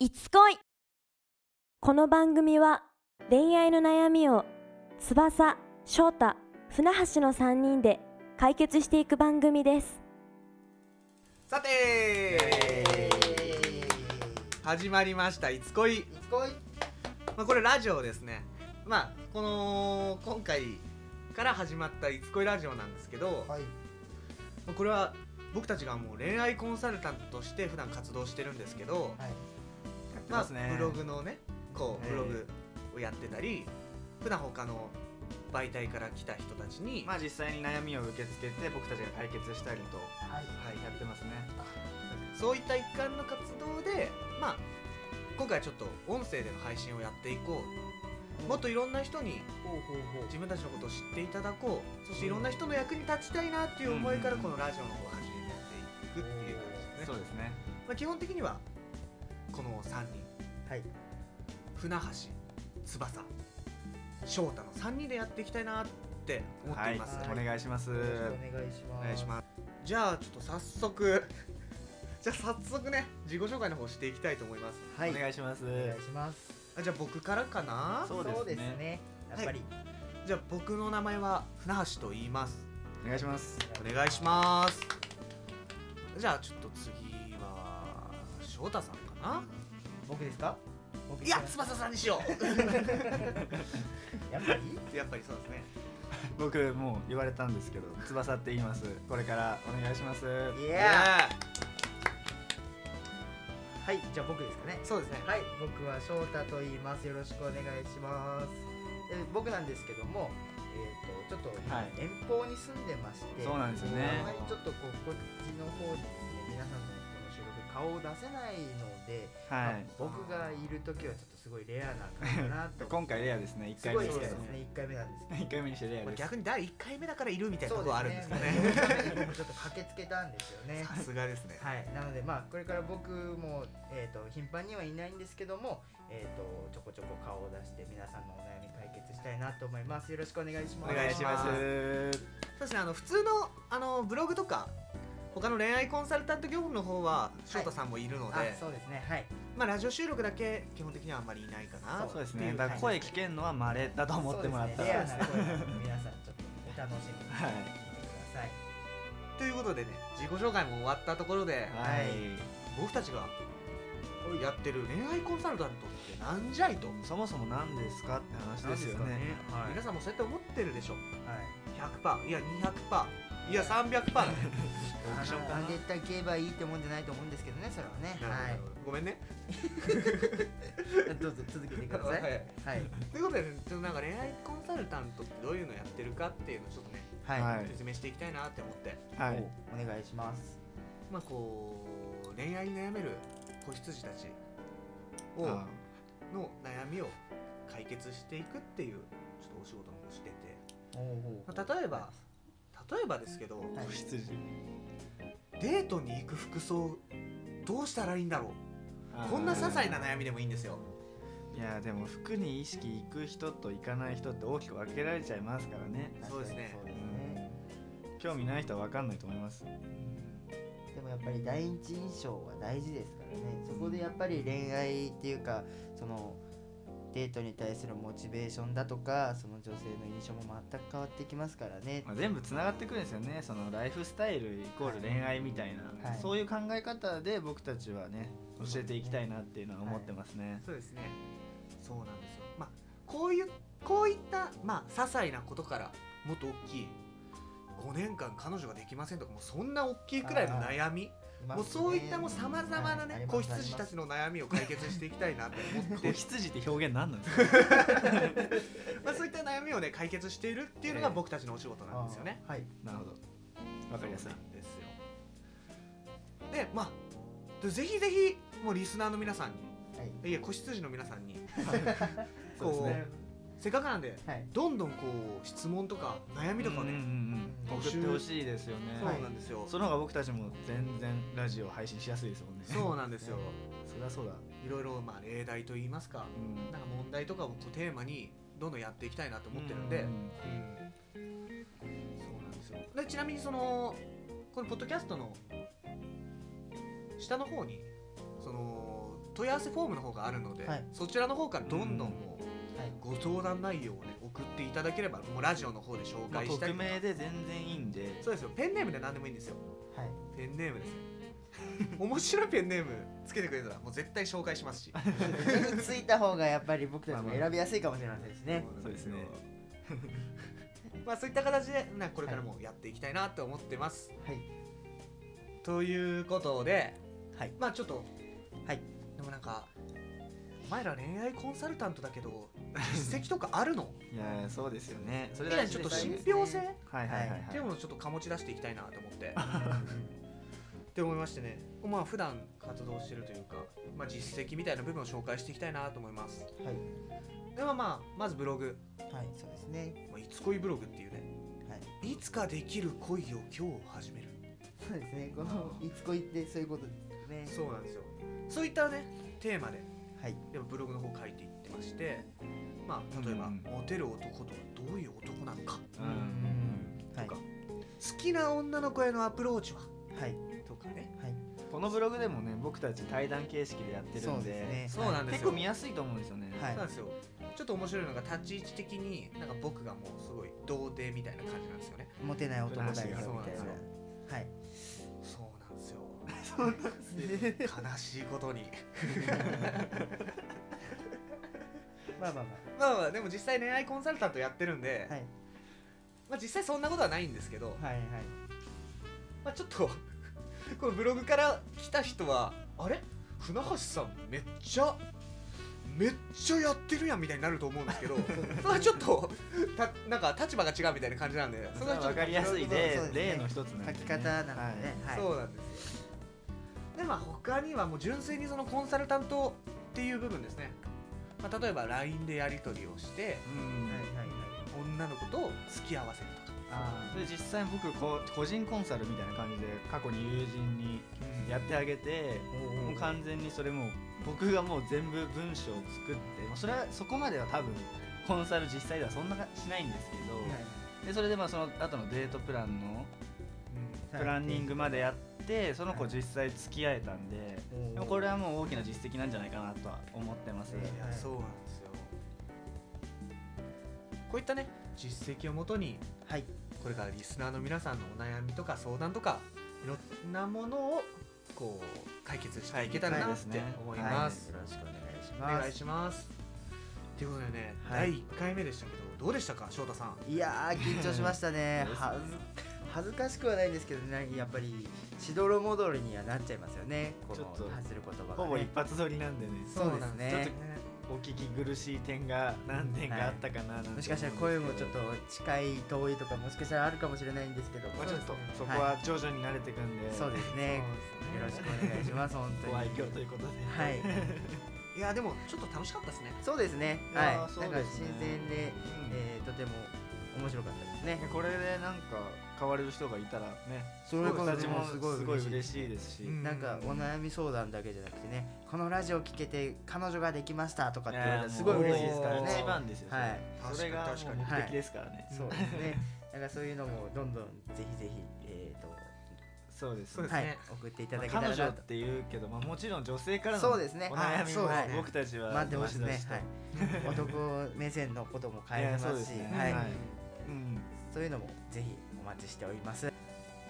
いつ恋この番組は恋愛の悩みを翼、翔太、船橋の3人で解決していく番組ですさて始まりました「いつ恋いつこい」まあ、これラジオですねまあこの今回から始まった「いつ恋ラジオ」なんですけど、まはいあこれは僕たちがもう恋愛コンサルタントとして普段活動してるんですけど、はいまあますねブログのねこうええブログをやってたり、普段他の媒体から来た人たちに、まあ実際に悩みを受け付けて僕たちが解決したりと、ははいい、やってますねそういった一環の活動で、まあ、今回はちょっと音声での配信をやっていこうもっといろんな人にほうほうほう自分たちのことを知っていただこうそしていろんな人の役に立ちたいなっていう思いからうんこのラジオの方を始めてやっていくっていう感じですそうね、ですねまあ、基本的にはこの3人はい船橋翼翔太の3人でやっていきたいなって思っています、はいお願いしますよろしくお願お願いいしますしますじゃあちょっと早速 じゃあ早速ね自己紹介の方していきたいと思いますすはいお願いしますお願いしますあじゃあ僕からかなそうですねやっぱりじゃあ僕の名前は船橋と言いますお願いしますお願いしますじゃあちょっと次は翔太さんかな僕ですか僕いや翼さんにしよやっぱりう やっぱりそうですね僕もう言われたんですけど翼って言いますこれからお願いしますいはいじゃあ僕ですかねそうですねはい僕は翔太と言いますよろしくお願いしますえ僕なんですけどもえっ、とちょっとはい遠方に住んでまして、そうなんですよねあんまりちょっとこうこっちの方にですね皆さんのこの収録顔を出せないので、まはあい僕がいる時はちょっとすごいレアな感じだなと 今回レアですね1す回ごい目でそすうですけどね1回目なんですけど1回目にして レアこれです逆に第1回目だからいるみたいなそとうこあるんですかねですねもう僕ちょっと駆けつけたんですよねさすがですねはいなのでまあこれから僕も、えー、と頻繁にはいないんですけども、えー、とちょこちょこ顔を出して皆さんのお悩み解決したいなと思いますよろしくお願いしますお願いしますそうですねあの普通のあのブログとか他の恋愛コンサルタント業務の方は翔太さんもいるので、あそうですねはいまあラジオ収録だけ基本的にはあんまりいないかなそうですっていねうだから声聞けんのはまれだと思ってもらったらそうですねレアな声なので皆さんちょっとお楽しみにはいしてくださいということでね自己紹介も終わったところではい僕たちがやってる恋愛コンサルタントってなんじゃいと、そもそも何ですかって話ですよねはい皆さんもそうやって思ってるでしょはい100%いや200%いや300%だねオークションかなあげていけばいいってもんじゃないと思うんですけどねそれはねはいごめんね どうぞ続けてください。ははいい。はい。ということでねちょっとなんか恋愛コンサルタントってどういうのやってるかっていうのをちょっとねはい説明していきたいなって思ってはいお願いします。まあこう恋愛に悩める子羊たちをあの悩みを解決していくっていうちょっとお仕事の方してて、おおまあ、例えば例えばですけど、はい子羊デートに行く服装どうしたらいいんだろあうーこんな些細な悩みでもいいんですよいやでも服に意識いく人といかない人って大きく分けられちゃいますからねそうですねそうですね。興味ない人は分かんないと思いますでもやっぱり第一印象は大事ですからね。そこでやっぱり恋愛っていうかそのデートに対するモチベーションだとかその女性の印象も全く変わってきますからね。まあ、全部つながってくるんですよねそのライフスタイルイコール恋愛みたいな、はいそういう考え方で僕たちはね教えていきたいなっていうのは思ってますね、そうですねそうなんですよまあこういうこういったまあ些細なことからもっと大きい5年間彼女ができませんとかもうそんな大きいくらいの悩みもうそういったもうさまざまなね子羊たちの。の悩みを解決していきたいなって思っ子て羊って表現何なんですかまあそういった悩みをね解決しているっていうのが僕たちのお仕事なんですよね。あー。はい。なるほど分かりやすいそうなんですよでまあでぜひぜひもうリスナーの皆さんはい。にいや子羊の皆さん にそうですこねうせっかくなんではい。どんどんこう質問とか悩みとかをうんね、うんうん、送ってほしいですよねそうなんですよ、その方が僕たちも全然ラジオ配信しやすいですもんねそうなんです よそりゃそうだ、いろいろまあ例題といいますかうんなんか問題とかをこうテーマにどんどんやっていきたいなと思ってるんで、うんそうなんですよでちなみにそのこのポッドキャストの下の方にその問い合わせフォームの方があるので、はいそちらの方からどんどんもうはいご相談内容をね送っていただければもうラジオの方で紹まあ介した匿りとか名で全然いいんでそうですよペンネームで何でもいいんですよはいペンネームですね面白いペンネームつけてくれたらもう絶対紹介し ますし つい た方がやっぱり僕たちも選びやすいかもしれませんしね。そうですねまあそういった形でなこれからもやっていきたいなと思ってます、はい。ということではい。まあちょっとはいでもなんかお前ら恋愛コンサルタントだけど実績とかある のいやいやそうですよねそれみたいなちょっと信憑性、はいはいはいはいっていうものをちょっと醸し出していきたいなと思って。って思いましてね、まあ普段活動してるというか、まあ、実績みたいな部分を紹介していきたいなと思います。はい。ではまあ、まずブログ、はい。そうですね。まあ、いつ恋ブログっていうね、はい。いつかできる恋を今日始める。そうですね。このいつこいってそういうことですよね。そうなんですよ。そういったね、テーマで、はい。やっぱブログの方書いていってまして、まあ例えば、うんモテる男とはどういう男なのかうんうんはといか、。好きな女の子へのアプローチははい。とかね。はい。このブログでもね僕たち対談形式でやってるそんうでですね。そうなんです結よ構見やすいと思うんですよねはいそうなんですよちょっと面白いのが立ち位置的になんか僕がもうすごい童貞みたいな感じなんですよねモテない男だよみたいな。そうなんはでいすよ。そうなん ですよ悲しいことにまあまあままあまあでも実際恋愛コンサルタントやってるんで、あ。はい。まあ実際そんなことはないんですけど、はいはい。まあちょっと このブログから来た人はあれ船橋さんめっちゃめっちゃやってるやんみたいになると思うんですけどそれはちょっとたなんか立場が違うみたいな感じなんでそそれれははちょっ分とかりやすい例そうですね例の一つなんで書ねき方なんでね。はい。そうなんですよでまあ他にはもう純粋にそのコンサルタントっていう部分ですね、まあ、例えば LINE でやり取りをしてうんはいはいはい。女の子と付き合わせるとかあで実際僕こ個人コンサルみたいな感じで過去に友人にやってあげて、もう完全にそれもう僕がもう全部文章を作ってまあそれはそこまでは多分コンサル実際ではそんなしないんですけど、あ。はいでそれでまあその後のデートプランのプランニングまでやってその子実際付き合えたんで、でもこれはもう大きな実績なんじゃないかなとは思ってます、うんいやそうなんですよこういったね実績をもとにはい。これからリスナーの皆さんのお悩みとか相談とかいろんなものをこう解決していけたらなって思います、よろしくお願いしおま願いす。します。ということでね、はい第1回目でしたけど、どうでしたか、翔太さん。いやー緊張しましたねそうですねはず恥ずかしくはないんですけどねやっぱりしどろもどりにはなっちゃいますよねこちょのっと発する言ほ葉がぼね一発撮りなんでねそうですねそうなんでお聞き苦しい点が何点かあったかななんて思うんもですしけかしどたら声もちょっと近い遠いとかもしかしたらあるかもしれないんですけどまあ、ちょっとそそうですねこは徐々に慣れていくんで、そうですねよよろろししくくお願いします本当にご愛嬌ということで、はいいや、でも、ちょっと楽しかったですね。そうですねいやーはいなんそうかです新ね鮮で、うんえーとても面白かったですねねこれでなんか変われる人がいたらねそれこ僕そたちもねすごいです嬉しいですし、うんなんかお悩み相談だけじゃなくてねこのラジオ聞けて彼女ができましたとかって言われたらすごい嬉しいですからね一番ですよ、はい確かにそれがもう確かに目的ですからね、そうですね。なんかそういうのもどんどんぜひぜひえっ、とそうですそうですはねい送っていただけたまあら彼女なっとていうけど、まあ、もちろん女性からのそおうですね悩みあそうですねも僕たちは待ってますどねし。どしと はい。男目線のことも変えいれまやそうですし、ねはい、はいうんそういうのもぜひお待ちしております。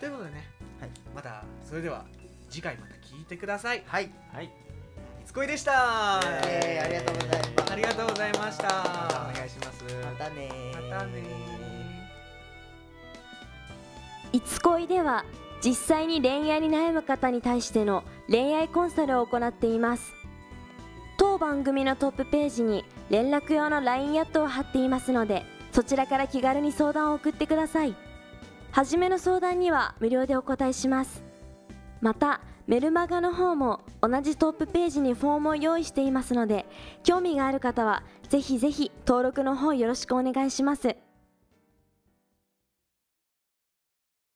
ということでね、はいまた、それでは、次回また聞いてください。はい。はい、いつこいでした。えー、ありがとうございます。ありがとうございましたまたお願いします。またねーまたねーいつ恋では実際に恋愛に悩む方に対しての恋愛コンサルを行っています当番組のトップページに連絡用の LINE アットを貼っていますのでそちらから気軽に相談を送ってください初めの相談には無料でお答えしますまたメルマガの方も同じトップページにフォームを用意していますので興味がある方はぜひぜひ登録の方よろしくお願いします